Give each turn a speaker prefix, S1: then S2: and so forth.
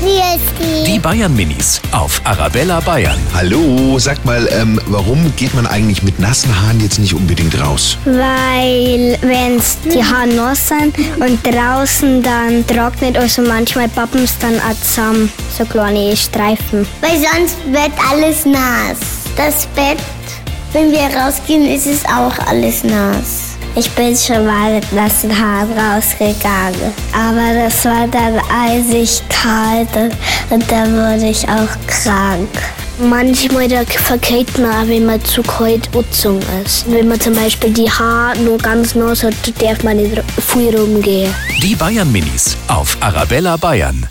S1: Christi.
S2: Die Bayern Minis auf Arabella Bayern.
S3: Hallo, sag mal, ähm, warum geht man eigentlich mit nassen Haaren jetzt nicht unbedingt raus?
S4: Weil wenn's die Haare nass sind und draußen dann trocknet, also manchmal pappen's dann auch zusammen, so kleine Streifen.
S1: Weil sonst wird alles nass. Das Bett, wenn wir rausgehen, ist es auch alles nass.
S4: Ich bin schon mal mit nassen Haaren rausgegangen. Aber das war dann eisig kalt und, und dann wurde ich auch krank. Manchmal da verkehrt man auch, wenn man zu kalt angezogen ist. Wenn man zum Beispiel die Haare nur ganz nass hat, darf man nicht viel rumgehen.
S2: Die Bayern Minis auf Arabella Bayern.